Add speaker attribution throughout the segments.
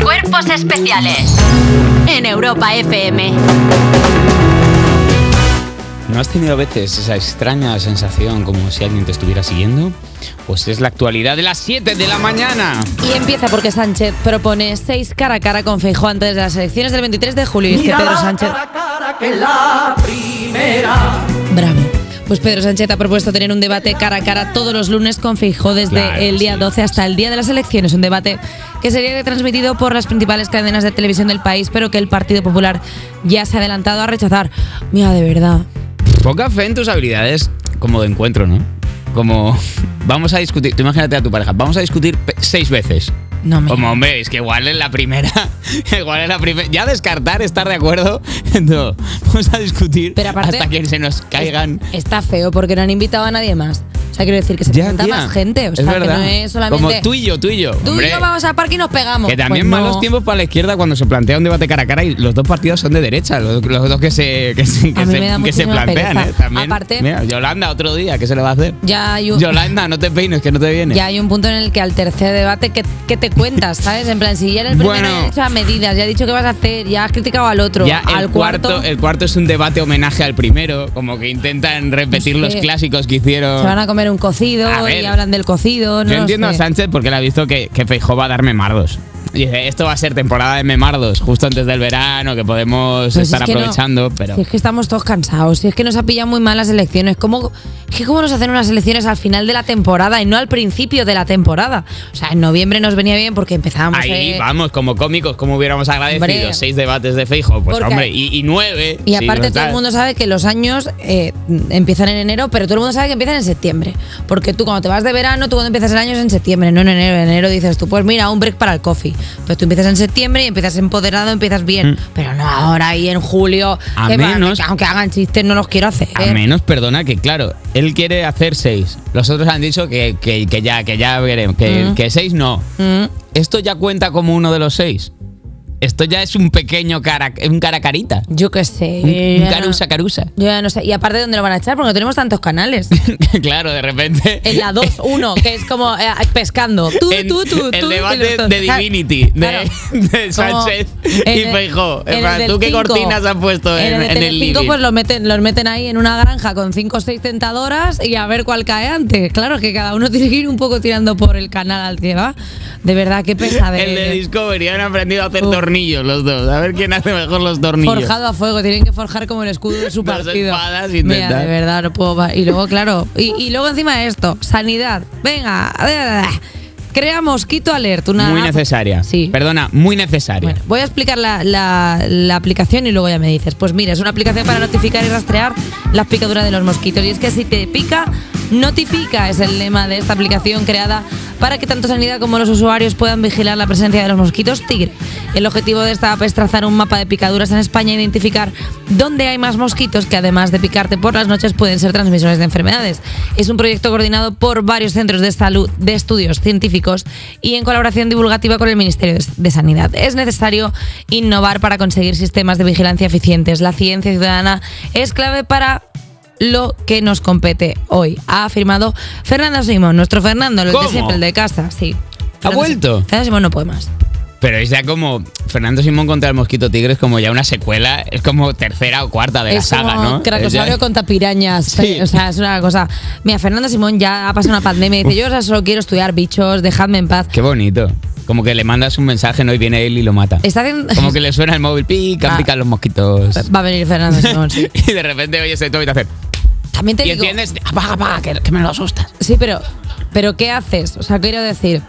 Speaker 1: Cuerpos especiales en Europa FM.
Speaker 2: ¿No has tenido a veces esa extraña sensación como si alguien te estuviera siguiendo? Pues es la actualidad de las 7 de la mañana.
Speaker 3: Y empieza porque Sánchez propone seis cara a cara con Feijóo antes de las elecciones del 23 de julio. Y es que Pedro Sánchez.
Speaker 4: que la primera.
Speaker 3: Bravo. Pues Pedro Sánchez ha propuesto tener un debate cara a cara todos los lunes con Feijóo desde
Speaker 2: Claro,
Speaker 3: el día
Speaker 2: sí.
Speaker 3: 12 hasta el día de las elecciones. Un debate que sería transmitido por las principales cadenas de televisión del país, pero que el Partido Popular ya se ha adelantado a rechazar. Mira, de verdad.
Speaker 2: Poca fe en tus habilidades como de encuentro, ¿no? Como vamos a discutir, tú imagínate a tu pareja, vamos a discutir pe- seis veces.
Speaker 3: No me.
Speaker 2: Como hombre, es que igual es la primera, igual es la primera. Ya descartar estar de acuerdo, no. Vamos a discutir
Speaker 3: Pero aparte-
Speaker 2: hasta que se nos caigan.
Speaker 3: Está feo porque no han invitado a nadie más. O sea, quiero decir que se
Speaker 2: Ya,
Speaker 3: presenta
Speaker 2: tía,
Speaker 3: más gente. O
Speaker 2: es
Speaker 3: sea,
Speaker 2: verdad.
Speaker 3: que no es solamente.
Speaker 2: Como tú y yo, tú y yo.
Speaker 3: Tú y
Speaker 2: hombre.
Speaker 3: yo vamos a parque y nos pegamos.
Speaker 2: Que también
Speaker 3: Pues no.
Speaker 2: malos tiempos para la izquierda cuando se plantea un debate cara a cara y los dos partidos son de derecha, los, los dos que se, que se, que
Speaker 3: mí
Speaker 2: se-
Speaker 3: me da
Speaker 2: que se
Speaker 3: muchísima
Speaker 2: plantean.
Speaker 3: pereza.
Speaker 2: ¿eh? También,
Speaker 3: Aparte-
Speaker 2: mira, Yolanda otro día, ¿qué se le va a hacer?
Speaker 3: Ya hay un,
Speaker 2: Yolanda, no te peines, que no te viene.
Speaker 3: ya hay un punto en el que al tercer debate, ¿qué, qué te cuentas? ¿Sabes? En plan, si ya eres el primero,
Speaker 2: Bueno.
Speaker 3: ya has hecho las medidas, ya has dicho qué vas a hacer, ya has criticado al otro,
Speaker 2: Ya
Speaker 3: al
Speaker 2: el cuarto, el cuarto es un debate homenaje al primero, como que intentan repetir
Speaker 3: Es
Speaker 2: los
Speaker 3: que
Speaker 2: clásicos que hicieron.
Speaker 3: se van a comer un cocido
Speaker 2: A ver.
Speaker 3: y hablan del cocido. No
Speaker 2: Yo
Speaker 3: lo
Speaker 2: entiendo a
Speaker 3: sé.
Speaker 2: Sánchez porque le ha visto que, que Feijóo va a dar memardos. Y dice, esto va a ser temporada de memardos, justo antes del verano, que podemos
Speaker 3: Pero si
Speaker 2: estar
Speaker 3: Pues es que no-
Speaker 2: aprovechando, pero...
Speaker 3: Si es que estamos todos cansados, si es que nos ha pillado muy mal las elecciones. ¿Cómo, es que ¿Cómo nos hacen unas elecciones al final de la temporada y no al principio de la temporada? O sea, en noviembre nos venía bien porque empezábamos.
Speaker 2: Ahí
Speaker 3: eh,
Speaker 2: vamos, como cómicos, como hubiéramos agradecido
Speaker 3: Hombre.
Speaker 2: seis debates de Feijo, pues
Speaker 3: Porque-
Speaker 2: hombre, y, y nueve.
Speaker 3: Y
Speaker 2: sí,
Speaker 3: aparte
Speaker 2: no
Speaker 3: todo
Speaker 2: tal.
Speaker 3: el mundo sabe que los años eh, empiezan en enero, pero todo el mundo sabe que empiezan en septiembre. Porque tú cuando te vas de verano, tú cuando empiezas el año es en septiembre, no en enero. En enero dices tú, pues mira, un break para el coffee. Pues tú empiezas en septiembre y empiezas empoderado, empiezas bien. Pero no ahora y en julio,
Speaker 2: Mm. A
Speaker 3: que va,
Speaker 2: menos-
Speaker 3: que aunque hagan chistes, no los quiero hacer.
Speaker 2: A menos, perdona, que claro, él quiere hacer seis. Los otros han dicho que, que- que ya, que ya veremos, que, que seis no.
Speaker 3: Mm.
Speaker 2: Esto ya cuenta como uno de los seis. Esto ya es un pequeño cara, un cara carita.
Speaker 3: Yo qué sé.
Speaker 2: Un
Speaker 3: yo ya
Speaker 2: carusa
Speaker 3: no-
Speaker 2: carusa.
Speaker 3: Yo ya no sé. Y aparte, ¿dónde lo van a echar? Porque no tenemos tantos canales.
Speaker 2: claro, de repente.
Speaker 3: En la 2-1, que es como eh, pescando. Tú,
Speaker 2: En-
Speaker 3: tú, tú,
Speaker 2: el
Speaker 3: tú,
Speaker 2: debate
Speaker 3: pelotón.
Speaker 2: de Divinity de,
Speaker 3: Claro.
Speaker 2: de Sánchez
Speaker 3: en
Speaker 2: y
Speaker 3: el-
Speaker 2: Feijó.
Speaker 3: en el del
Speaker 2: ¿Tú qué
Speaker 3: cinco.
Speaker 2: cortinas han puesto en,
Speaker 3: de
Speaker 2: en el
Speaker 3: Telecinco,
Speaker 2: living?
Speaker 3: pues los meten, los meten ahí en una granja con cinco o seis tentadoras y a ver cuál cae antes. Claro, que cada uno tiene que ir un poco tirando por el canal al que va. De verdad, qué pesadez.
Speaker 2: El de Discovery han aprendido a hacer
Speaker 3: Uf.
Speaker 2: tornillos los dos. A ver quién hace mejor los tornillos.
Speaker 3: Forjado a fuego, tienen que forjar como el escudo de su
Speaker 2: Dos
Speaker 3: partido.
Speaker 2: espadas y
Speaker 3: Mira,
Speaker 2: intentar.
Speaker 3: de verdad, no puedo. más. Y luego, claro, y, y luego encima de esto, sanidad. Venga, crea Mosquito Alert. Una
Speaker 2: Muy
Speaker 3: app.
Speaker 2: necesaria.
Speaker 3: pues, Sí.
Speaker 2: Perdona, muy necesaria.
Speaker 3: Bueno, voy a explicar la, la- la aplicación y luego ya me dices. Pues mira, es una aplicación para notificar y rastrear las picaduras de los mosquitos. Y es que si te pica, notifica, es el lema de esta aplicación creada para que tanto Sanidad como los usuarios puedan vigilar la presencia de los mosquitos tigre. El objetivo de esta app es trazar un mapa de picaduras en España e identificar dónde hay más mosquitos que además de picarte por las noches pueden ser transmisores de enfermedades. Es un proyecto coordinado por varios centros de salud, de estudios científicos y en colaboración divulgativa con el Ministerio de- de Sanidad. Es necesario innovar para conseguir sistemas de vigilancia eficientes. La ciencia ciudadana es clave para lo que nos compete hoy, ha afirmado Fernando Simón, nuestro Fernando, el de
Speaker 2: ¿Cómo?
Speaker 3: siempre, el de casa, sí.
Speaker 2: ¿Ha
Speaker 3: Fernando
Speaker 2: vuelto?
Speaker 3: Simón. Fernando Simón no puede más.
Speaker 2: Pero es ya como Fernando Simón contra el Mosquito Tigre es como ya una secuela, es como tercera o cuarta de la
Speaker 3: es
Speaker 2: saga,
Speaker 3: como
Speaker 2: ¿no?
Speaker 3: Cracosaurio
Speaker 2: Es ya-
Speaker 3: contra pirañas.
Speaker 2: Sí.
Speaker 3: O sea, es una cosa. Mira, Fernando Simón ya ha pasado una pandemia y dice: Yo ahora solo quiero estudiar bichos, dejadme en paz.
Speaker 2: Qué bonito. Como que le mandas un mensaje, ¿no? Y viene él y lo mata.
Speaker 3: Está haciendo-
Speaker 2: Como que le suena el móvil, pican,
Speaker 3: Ah.
Speaker 2: pican los mosquitos.
Speaker 3: Va a venir Fernando Simón, sí.
Speaker 2: y de repente oyes de todo y te hace.
Speaker 3: También te
Speaker 2: Y
Speaker 3: digo.
Speaker 2: entiendes, apaga, apaga, Ah, que, que me lo asustas.
Speaker 3: Sí, pero, pero ¿qué haces? O sea, quiero decir,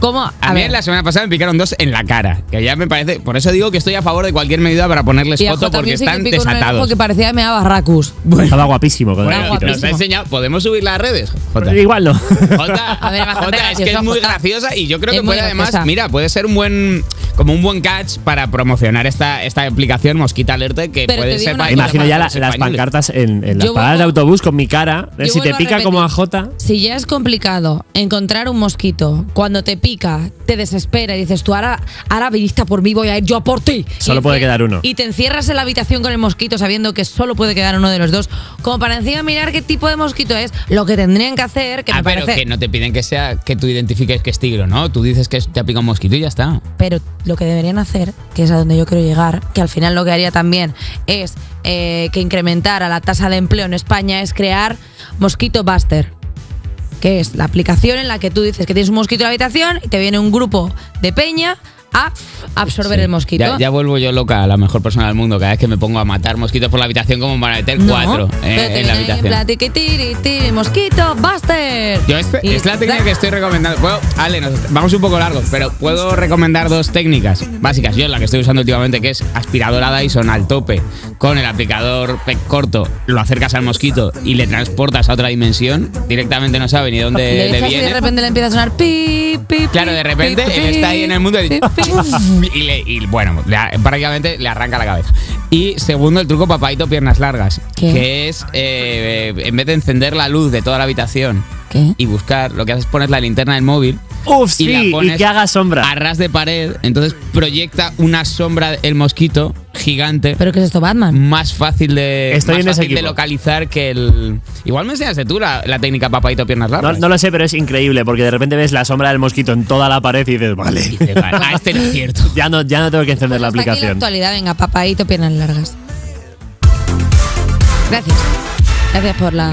Speaker 3: ¿cómo? A,
Speaker 2: A, mí
Speaker 3: ver,
Speaker 2: la semana pasada me picaron dos en la cara, que ya me parece, por eso digo que estoy a favor de cualquier medida para ponerles
Speaker 3: y a
Speaker 2: foto
Speaker 3: J
Speaker 2: porque
Speaker 3: Music le
Speaker 2: están
Speaker 3: picó uno en el ojo
Speaker 2: desatados.
Speaker 3: que parecía me daba Barracus.
Speaker 5: Estaba guapísimo con el
Speaker 3: Bueno,
Speaker 2: Bueno,
Speaker 5: mosquito.
Speaker 2: nos ha
Speaker 3: guapísimo.
Speaker 2: enseñado, podemos subir las redes. Jota.
Speaker 5: Igual no.
Speaker 2: Jota,
Speaker 3: A ver, bastante
Speaker 2: Jota, es que
Speaker 3: graciosa,
Speaker 2: es muy
Speaker 3: Jota.
Speaker 2: graciosa y yo creo
Speaker 3: Es
Speaker 2: que
Speaker 3: muy
Speaker 2: puede además,
Speaker 3: graciosa.
Speaker 2: mira, puede ser un buen como un buen catch para promocionar esta, esta aplicación Mosquita Alerta que
Speaker 3: Pero te
Speaker 2: puede
Speaker 3: digo
Speaker 2: ser
Speaker 3: una
Speaker 2: para
Speaker 3: cosa.
Speaker 5: Imagino ya la-
Speaker 2: los
Speaker 5: las
Speaker 2: españoles.
Speaker 5: pancartas en, en las
Speaker 3: Yo
Speaker 5: paradas de
Speaker 3: vuelvo-
Speaker 5: autobús con mi cara. A ver
Speaker 3: Yo
Speaker 5: si te
Speaker 3: vuelvo a
Speaker 5: pica
Speaker 3: repetir,
Speaker 5: como a Jota.
Speaker 3: Si ya es complicado encontrar un mosquito, cuando te pica, te desespera y dices, tú ahora, ahora viniste por mí, voy a ir yo a por ti.
Speaker 5: Solo
Speaker 3: Y
Speaker 5: puede
Speaker 3: encie-
Speaker 5: quedar uno.
Speaker 3: Y te encierras en la habitación con el mosquito sabiendo que solo puede quedar uno de los dos. Como para encima mirar qué tipo de mosquito es, lo que tendrían que hacer, que
Speaker 2: ah,
Speaker 3: me
Speaker 2: pero
Speaker 3: parece...
Speaker 2: que no te piden que sea que tú identifiques que es tigre, ¿no? Tú dices que es- te ha picado un mosquito y ya está.
Speaker 3: Pero lo que deberían hacer, que es a donde yo quiero llegar, que al final lo que haría también es eh, que incrementara la tasa de empleo en España, es crear Mosquito Buster. Que es la aplicación en la que tú dices que tienes un mosquito en la habitación y te viene un grupo de peña a absorber el mosquito.
Speaker 2: Ya, ya vuelvo yo loca, la mejor persona del mundo, cada vez que me pongo a matar mosquitos por la habitación como para meter
Speaker 3: No,
Speaker 2: cuatro
Speaker 3: pero
Speaker 2: eh,
Speaker 3: te
Speaker 2: en la
Speaker 3: viene ahí en
Speaker 2: habitación.
Speaker 3: plan, tiqui, tiri, tiri, mosquito, buster.
Speaker 2: Yo este-
Speaker 3: Y-
Speaker 2: es la técnica que estoy recomendando. Puedo- Ale, nos- vamos un poco largos, pero puedo recomendar dos técnicas básicas. Yo la que estoy usando últimamente, que es aspiradora Dyson al tope, con el aplicador pec corto, lo acercas al mosquito y le transportas a otra dimensión. Directamente no sabe ni
Speaker 3: Le
Speaker 2: dónde le
Speaker 3: echas y de
Speaker 2: viene.
Speaker 3: repente le empieza a sonar pi, pi,
Speaker 2: Claro, de
Speaker 3: pi,
Speaker 2: repente
Speaker 3: pi,
Speaker 2: él está ahí en el mundo y, "Ah".
Speaker 3: pi, pi.
Speaker 2: y le- y, bueno, le a- prácticamente le arranca la cabeza. Y segundo, el truco papaito piernas largas,
Speaker 3: ¿Qué?
Speaker 2: que es eh, eh, en vez de encender la luz de toda la habitación
Speaker 3: ¿Qué?
Speaker 2: y buscar, lo que haces es poner la linterna del móvil
Speaker 5: Uf,
Speaker 2: y la
Speaker 5: sí, y,
Speaker 2: pones
Speaker 5: que haga sombra.
Speaker 2: a ras de pared, entonces proyecta una sombra el mosquito gigante.
Speaker 3: ¿Pero qué es esto, Batman?
Speaker 2: más fácil de
Speaker 5: Estoy
Speaker 2: más
Speaker 5: en ese
Speaker 2: fácil de
Speaker 5: equipo.
Speaker 2: localizar que el igual me enseñaste tú la, la técnica papaito piernas
Speaker 5: No,
Speaker 2: largas
Speaker 5: no lo sé, pero es increíble porque de repente ves la sombra del mosquito en toda la pared y dices, vale,
Speaker 2: Dice, "Vale, a este no es cierto
Speaker 5: ya no, ya no tengo que encender la
Speaker 3: Hasta aquí
Speaker 5: aplicación.
Speaker 3: la actualidad, venga, papadito, piernas largas. Gracias. Gracias por la.